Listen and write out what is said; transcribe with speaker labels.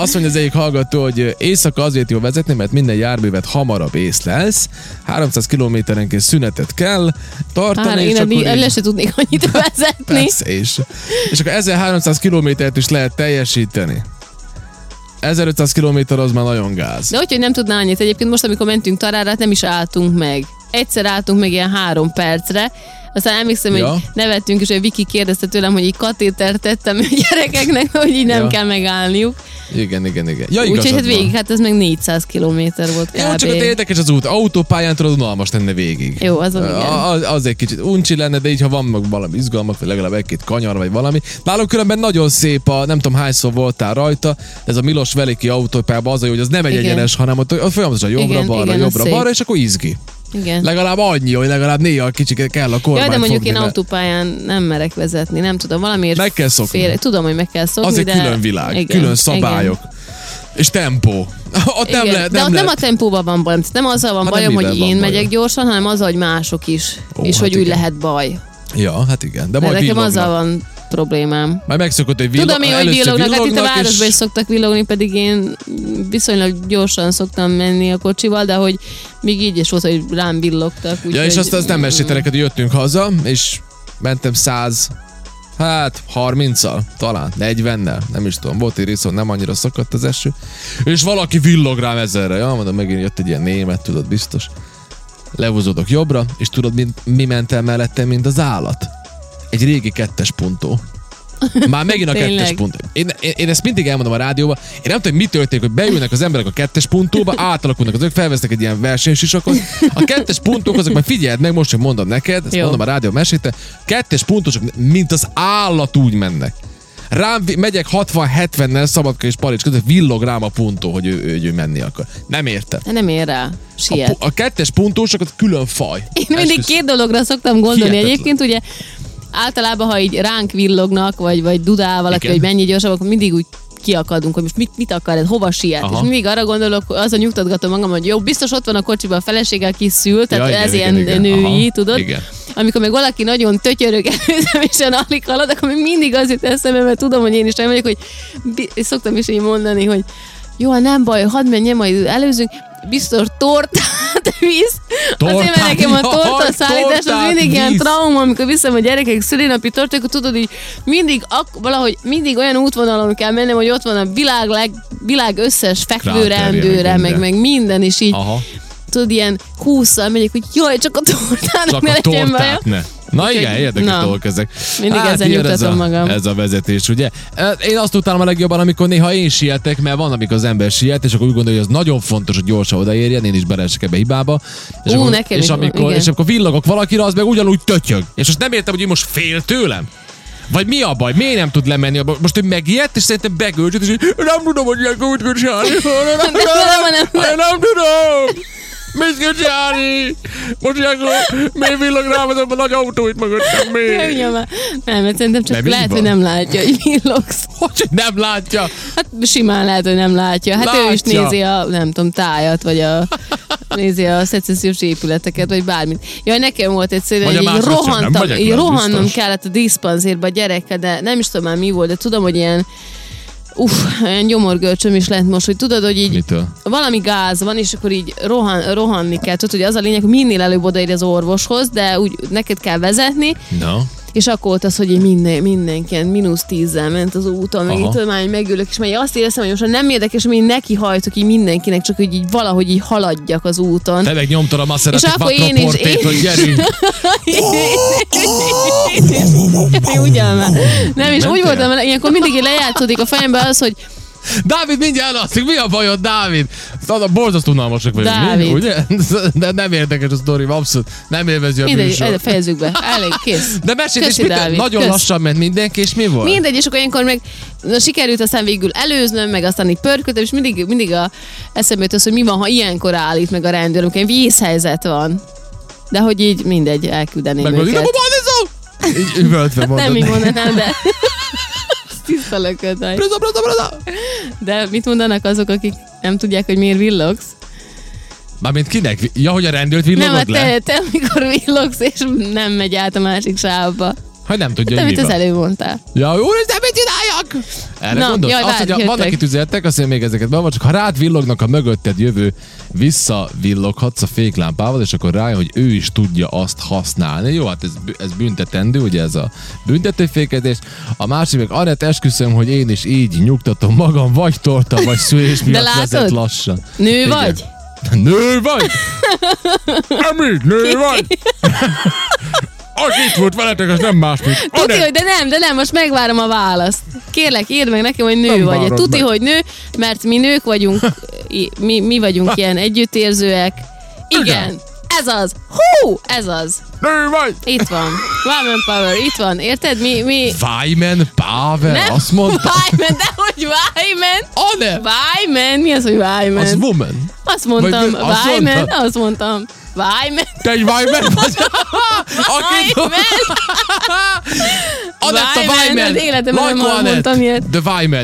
Speaker 1: Azt mondja az egyik hallgató, hogy éjszaka azért jó vezetni, mert minden járművet hamarabb észlelsz, 300 kilométerenként szünetet kell tartani,
Speaker 2: Hát, én
Speaker 1: és
Speaker 2: eddig
Speaker 1: akkor
Speaker 2: el
Speaker 1: így,
Speaker 2: se tudnék annyit vezetni.
Speaker 1: persze, és, és akkor 1300 kilométert is lehet teljesíteni. 1500 kilométer az már nagyon gáz.
Speaker 2: De hogy, hogy nem tudná annyit. Egyébként most, amikor mentünk Tarára, hát nem is álltunk meg. Egyszer álltunk meg ilyen három percre, aztán emlékszem,
Speaker 1: Ja.
Speaker 2: hogy nevettünk, és a Viki kérdezte tőlem, hogy így katétert tettem a gyerekeknek, hogy így nem
Speaker 1: Ja.
Speaker 2: kell megállniuk.
Speaker 1: Igen, igen, igen. Ja,
Speaker 2: Úgyhogy
Speaker 1: igazad
Speaker 2: hát
Speaker 1: van.
Speaker 2: végig, hát ez meg 400 kilométer volt kb.
Speaker 1: Jó, csak ott érdekes az út. Autópályán tudod unalmas lenne végig.
Speaker 2: Jó, azon igen.
Speaker 1: A- Az, az egy kicsit uncsi lenne, de így ha van meg valami izgalmak, vagy legalább egy-két kanyar, vagy valami. Nálunk különben nagyon szép a, nem tudom hányszor voltál rajta, ez a Milos Veliki autópályában az a jó, hogy az nem egy
Speaker 2: Igen.
Speaker 1: egyenes, hanem ott, ott folyamatosan
Speaker 2: Igen,
Speaker 1: jobbra-balra,
Speaker 2: igen, az szép.
Speaker 1: jobbra-balra, és akkor izgi.
Speaker 2: igen.
Speaker 1: Legalább annyi, hogy legalább néha kicsit kell a kormány
Speaker 2: Jaj, de mondjuk
Speaker 1: fogni,
Speaker 2: én
Speaker 1: mert
Speaker 2: autópályán nem merek vezetni, nem tudom, valamiért...
Speaker 1: Meg kell szokni.
Speaker 2: Fél, tudom, hogy meg kell szokni,
Speaker 1: Az egy
Speaker 2: de...
Speaker 1: külön világ, igen, külön szabályok. Igen. És tempó. Ott
Speaker 2: Igen.
Speaker 1: nem
Speaker 2: Igen.
Speaker 1: lehet,
Speaker 2: de
Speaker 1: nem
Speaker 2: ott
Speaker 1: lehet.
Speaker 2: nem a tempóban van bajom, Tehát nem azzal van
Speaker 1: Hát nem
Speaker 2: bajom, hogy
Speaker 1: mivel
Speaker 2: én
Speaker 1: van baja?
Speaker 2: megyek gyorsan, hanem azzal, hogy mások is,
Speaker 1: Ó,
Speaker 2: és
Speaker 1: hát
Speaker 2: hogy úgy
Speaker 1: igen.
Speaker 2: lehet baj.
Speaker 1: Ja, hát igen. De
Speaker 2: De
Speaker 1: majd
Speaker 2: nekem
Speaker 1: villognak.
Speaker 2: azzal van problémám.
Speaker 1: Már megszokott, hogy villog,
Speaker 2: Tudom én, hogy
Speaker 1: először
Speaker 2: villognak, hát itt a
Speaker 1: villognak, és-
Speaker 2: városban is szoktak villogni, pedig én viszonylag gyorsan szoktam menni a kocsival, de hogy még így is volt, hogy rám villogtak.
Speaker 1: Ja, és
Speaker 2: úgyhogy-
Speaker 1: azt, azt nem mesélte neked, hogy jöttünk haza, és mentem 100, hát 30-al, talán 40-nel, nem is tudom, volt egy rész, ahol nem annyira szakadt az eső, és valaki villog rám ezerre, ja, mondom, megint jött egy ilyen német, tudod, biztos. Lehúzódok jobbra, és tudod, mint, mi ment el mellettem, mint az állat? Egy régi kettes puntó. Már megint a
Speaker 2: Tényleg.
Speaker 1: kettes puntó. Én, én, én, ezt mindig elmondom a rádióban. Én nem tudom, mi történik, hogy beülnek az emberek a kettes puntóba, átalakulnak azok, felvesznek egy ilyen versenysisakot. A kettes puntók azok, majd figyeld meg, most, hogy mondom neked, ezt
Speaker 2: Jó.
Speaker 1: mondom a rádió mesélte, kettes pontosok, mint az állat úgy mennek. Rám vi- megyek 60-70-nel Szabadka és Palics között, villog rám a puntó, hogy ő, ő, ő menni akar. Nem értem.
Speaker 2: De Nem ér rá.
Speaker 1: A,
Speaker 2: Siet.
Speaker 1: pu- a kettes pontósak az külön faj.
Speaker 2: Én mindig
Speaker 1: Esküszöm.
Speaker 2: két dologra szoktam gondolni.
Speaker 1: Hihetetlen.
Speaker 2: Egyébként ugye általában, ha így ránk villognak, vagy, vagy dudál valaki,
Speaker 1: Igen.
Speaker 2: hogy mennyi gyorsabb, akkor mindig úgy kiakadunk, hogy most mit, mit akar ez, hova siet.
Speaker 1: Aha.
Speaker 2: És mindig arra gondolok, azon nyugtatgatom magam, hogy jó, biztos ott van a kocsiban a felesége, aki szül, tehát
Speaker 1: igen,
Speaker 2: ez
Speaker 1: igen,
Speaker 2: ilyen
Speaker 1: igen.
Speaker 2: női,
Speaker 1: Aha.
Speaker 2: tudod.
Speaker 1: Igen.
Speaker 2: Amikor meg valaki nagyon tötyörög előzem, és én alig halad, akkor még mindig az jut eszembe, mert tudom, hogy én is nem vagyok, hogy bi- és szoktam is így mondani, hogy jó, hát nem baj, hadd menjen, majd előzünk, biztos hát tortát visz. Azért,
Speaker 1: Tortát?
Speaker 2: mert nekem a
Speaker 1: Jaj,
Speaker 2: torta szállítás az
Speaker 1: tortát
Speaker 2: mindig ilyen
Speaker 1: visz.
Speaker 2: trauma, amikor viszem a gyerekek szülinapi tortát, akkor tudod, hogy mindig ak- valahogy mindig olyan útvonalon kell mennem, hogy ott van a világ, leg, világ összes
Speaker 1: Kráterje,
Speaker 2: fekvőrendőre,
Speaker 1: meg
Speaker 2: meg,
Speaker 1: minden.
Speaker 2: meg minden, és így
Speaker 1: Aha.
Speaker 2: tudod, ilyen húszal megyek, hogy jaj, csak a tortának
Speaker 1: Csak
Speaker 2: ne
Speaker 1: a
Speaker 2: legyen baja.
Speaker 1: tortát ne. Na
Speaker 2: Úgyhogy-
Speaker 1: igen, érdekes
Speaker 2: na.
Speaker 1: dolgok ezek.
Speaker 2: Mindig ezzel
Speaker 1: ilyen ez a,
Speaker 2: nyugtatom magam.
Speaker 1: Ez a vezetés, ugye? E, Én azt utálom a legjobban, amikor néha én sietek, mert van, amikor az ember siet, és akkor úgy gondolja, hogy az nagyon fontos, hogy gyorsan odaérjen, én is beleesek ebbe a hibába. És,
Speaker 2: Ú,
Speaker 1: akkor,
Speaker 2: nekem
Speaker 1: és,
Speaker 2: is van,
Speaker 1: amikor,
Speaker 2: igen.
Speaker 1: és amikor villogok valakire, az meg ugyanúgy tötyög. És most nem értem, hogy ő most fél tőlem. Vagy mi a baj? Miért nem tud lemenni? a- Most ő megijedt, és szerintem begölcsöt, és így, nem tudom, hogy ilyenkor mit kell csinálni. Nem tudom,
Speaker 2: nem,
Speaker 1: én nem tudom. Mit kell csinálni? Most ilyenkor miért villag rám ez a nagy autó itt mögöttem?
Speaker 2: Nem,
Speaker 1: Miért?
Speaker 2: ugye, már- Nem, mert szerintem csak
Speaker 1: Nem, így
Speaker 2: lehet,
Speaker 1: van.
Speaker 2: hogy nem látja, hogy villogsz.
Speaker 1: Hogy nem látja?
Speaker 2: Hát simán lehet, hogy nem látja. Hát ő is
Speaker 1: Látja.
Speaker 2: nézi a, nem tudom, tájat, vagy a nézi a szecessziós épületeket, vagy bármit. Jaj, nekem volt egyszerűen,
Speaker 1: Vagy a
Speaker 2: hogy így
Speaker 1: másodszor nem
Speaker 2: rohantam,
Speaker 1: megyek
Speaker 2: így
Speaker 1: le, az
Speaker 2: rohannom
Speaker 1: biztos.
Speaker 2: kellett a diszpanzérba a gyerekkel, de nem is tudom már mi volt, de tudom, hogy ilyen Uff, olyan gyomorgörcsöm is lett most, hogy tudod, hogy így
Speaker 1: Mitől?
Speaker 2: valami gáz van, és akkor így rohan, rohanni kell. Tudod, hogy az a lényeg, hogy minél előbb odaér az orvoshoz, de úgy neked kell vezetni,
Speaker 1: No.
Speaker 2: és akkor volt az, hogy így minden, mindenkien mínusz tízzel ment az úton, meg
Speaker 1: Aha.
Speaker 2: itt tudom, már így megülök, és már így azt éreztem, hogy most már nem érdekes, hogy neki hajtok így mindenkinek, csak hogy így valahogy így haladjak az úton.
Speaker 1: Te meg nyomtad a
Speaker 2: És
Speaker 1: Maserati
Speaker 2: akkor én is-
Speaker 1: makroportét,
Speaker 2: én
Speaker 1: hogy
Speaker 2: is-
Speaker 1: gyerünk.
Speaker 2: Én ugyan már. Nem, és úgy
Speaker 1: Mentél?
Speaker 2: voltam, mert ilyenkor mindig így lejátszódik a fejembe az, hogy
Speaker 1: Dávid mindjárt alszik, mi a bajod, Dávid? Szóval Az a borzasztó unalmasak vagyunk, mi?
Speaker 2: Dávid.
Speaker 1: ugye? De nem érdekes a sztori, abszolút. Nem élvezi a
Speaker 2: mindegy,
Speaker 1: műsor.
Speaker 2: el- fejezzük be, elég, kész.
Speaker 1: De mesélj, és
Speaker 2: Köszi,
Speaker 1: mit-
Speaker 2: Dávid,
Speaker 1: nagyon
Speaker 2: kösz.
Speaker 1: lassan ment mindenki, és mi volt?
Speaker 2: Mindegy, és akkor ilyenkor meg na, sikerült aztán végül előznöm, meg aztán így pörkötöm, és mindig, mindig a eszembe jut az, hogy mi van, ha ilyenkor állít meg a rendőr, amikor ilyen vészhelyzet van. De hogy így mindegy, elküldeném
Speaker 1: Meg volt,
Speaker 2: őket.
Speaker 1: "Ide, babád, Így üvöltve mondod.
Speaker 2: Nem így
Speaker 1: neki.
Speaker 2: mondanám, de... Azt tiszta lököd vagy.
Speaker 1: Brada, brada, brada.
Speaker 2: De mit mondanak azok, akik nem tudják, hogy miért villogsz?
Speaker 1: Mármint kinek? Ja, hogy a rendőrt
Speaker 2: nem,
Speaker 1: villogod
Speaker 2: hát
Speaker 1: le?
Speaker 2: te, te, amikor villogsz, és nem megy át a másik sávba.
Speaker 1: Hogy Hát nem tudja,
Speaker 2: Te
Speaker 1: hogy mi
Speaker 2: mit az
Speaker 1: van.
Speaker 2: előbb mondtál?
Speaker 1: Ja, úr, de mit csinálja? Anyag! Erre
Speaker 2: Na,
Speaker 1: gondolsz?
Speaker 2: jaj,
Speaker 1: azt,
Speaker 2: várj,
Speaker 1: hogy a- vannak
Speaker 2: jöttek.
Speaker 1: itt üzenetek, azt mondja, még ezeket be, csak ha rád villognak a mögötted jövő, visszavilloghatsz a féklámpával, és akkor rájön, hogy ő is tudja azt használni. Jó, hát ez, bü- ez büntetendő, ugye ez a büntetőfékezés. A másik meg, Anett, esküszöm, hogy én is így nyugtatom magam, vagy torta, vagy szülés miatt vezet
Speaker 2: látod?
Speaker 1: lassan.
Speaker 2: Nő
Speaker 1: Igen.
Speaker 2: vagy?
Speaker 1: Nő vagy? Emi, nő vagy? Aki itt volt veletek, az nem más, mint
Speaker 2: Tuti,
Speaker 1: Anett.
Speaker 2: hogy de nem, de nem, most megvárom a választ. Kérlek, írd meg nekem, hogy nő
Speaker 1: Nem
Speaker 2: vagy.
Speaker 1: várod
Speaker 2: Tuti,
Speaker 1: meg.
Speaker 2: hogy nő, mert mi nők vagyunk, i- mi, mi vagyunk ilyen együttérzőek. Igen,
Speaker 1: Igen.
Speaker 2: ez az. Hú, ez az.
Speaker 1: Nő vagy?
Speaker 2: Itt van. Woman Power, itt van. Érted? Mi, mi...
Speaker 1: Vájmen, Pável, azt mondta.
Speaker 2: Vájmen, de hogy Vájmen?
Speaker 1: Anne,
Speaker 2: Vájmen? Mi az, hogy Vájmen?
Speaker 1: az woman.
Speaker 2: Azt mondtam,
Speaker 1: Vagy- azt
Speaker 2: Vájmen,
Speaker 1: mondtad?
Speaker 2: azt mondtam. Vájmen,
Speaker 1: Te egy Vájmen vagy? Aki
Speaker 2: Vájmen,
Speaker 1: Anett a
Speaker 2: Vájmen, az
Speaker 1: Vájmen.
Speaker 2: életemben nem
Speaker 1: Lajko Anett,
Speaker 2: mondtam ilyet.
Speaker 1: The Vájmen.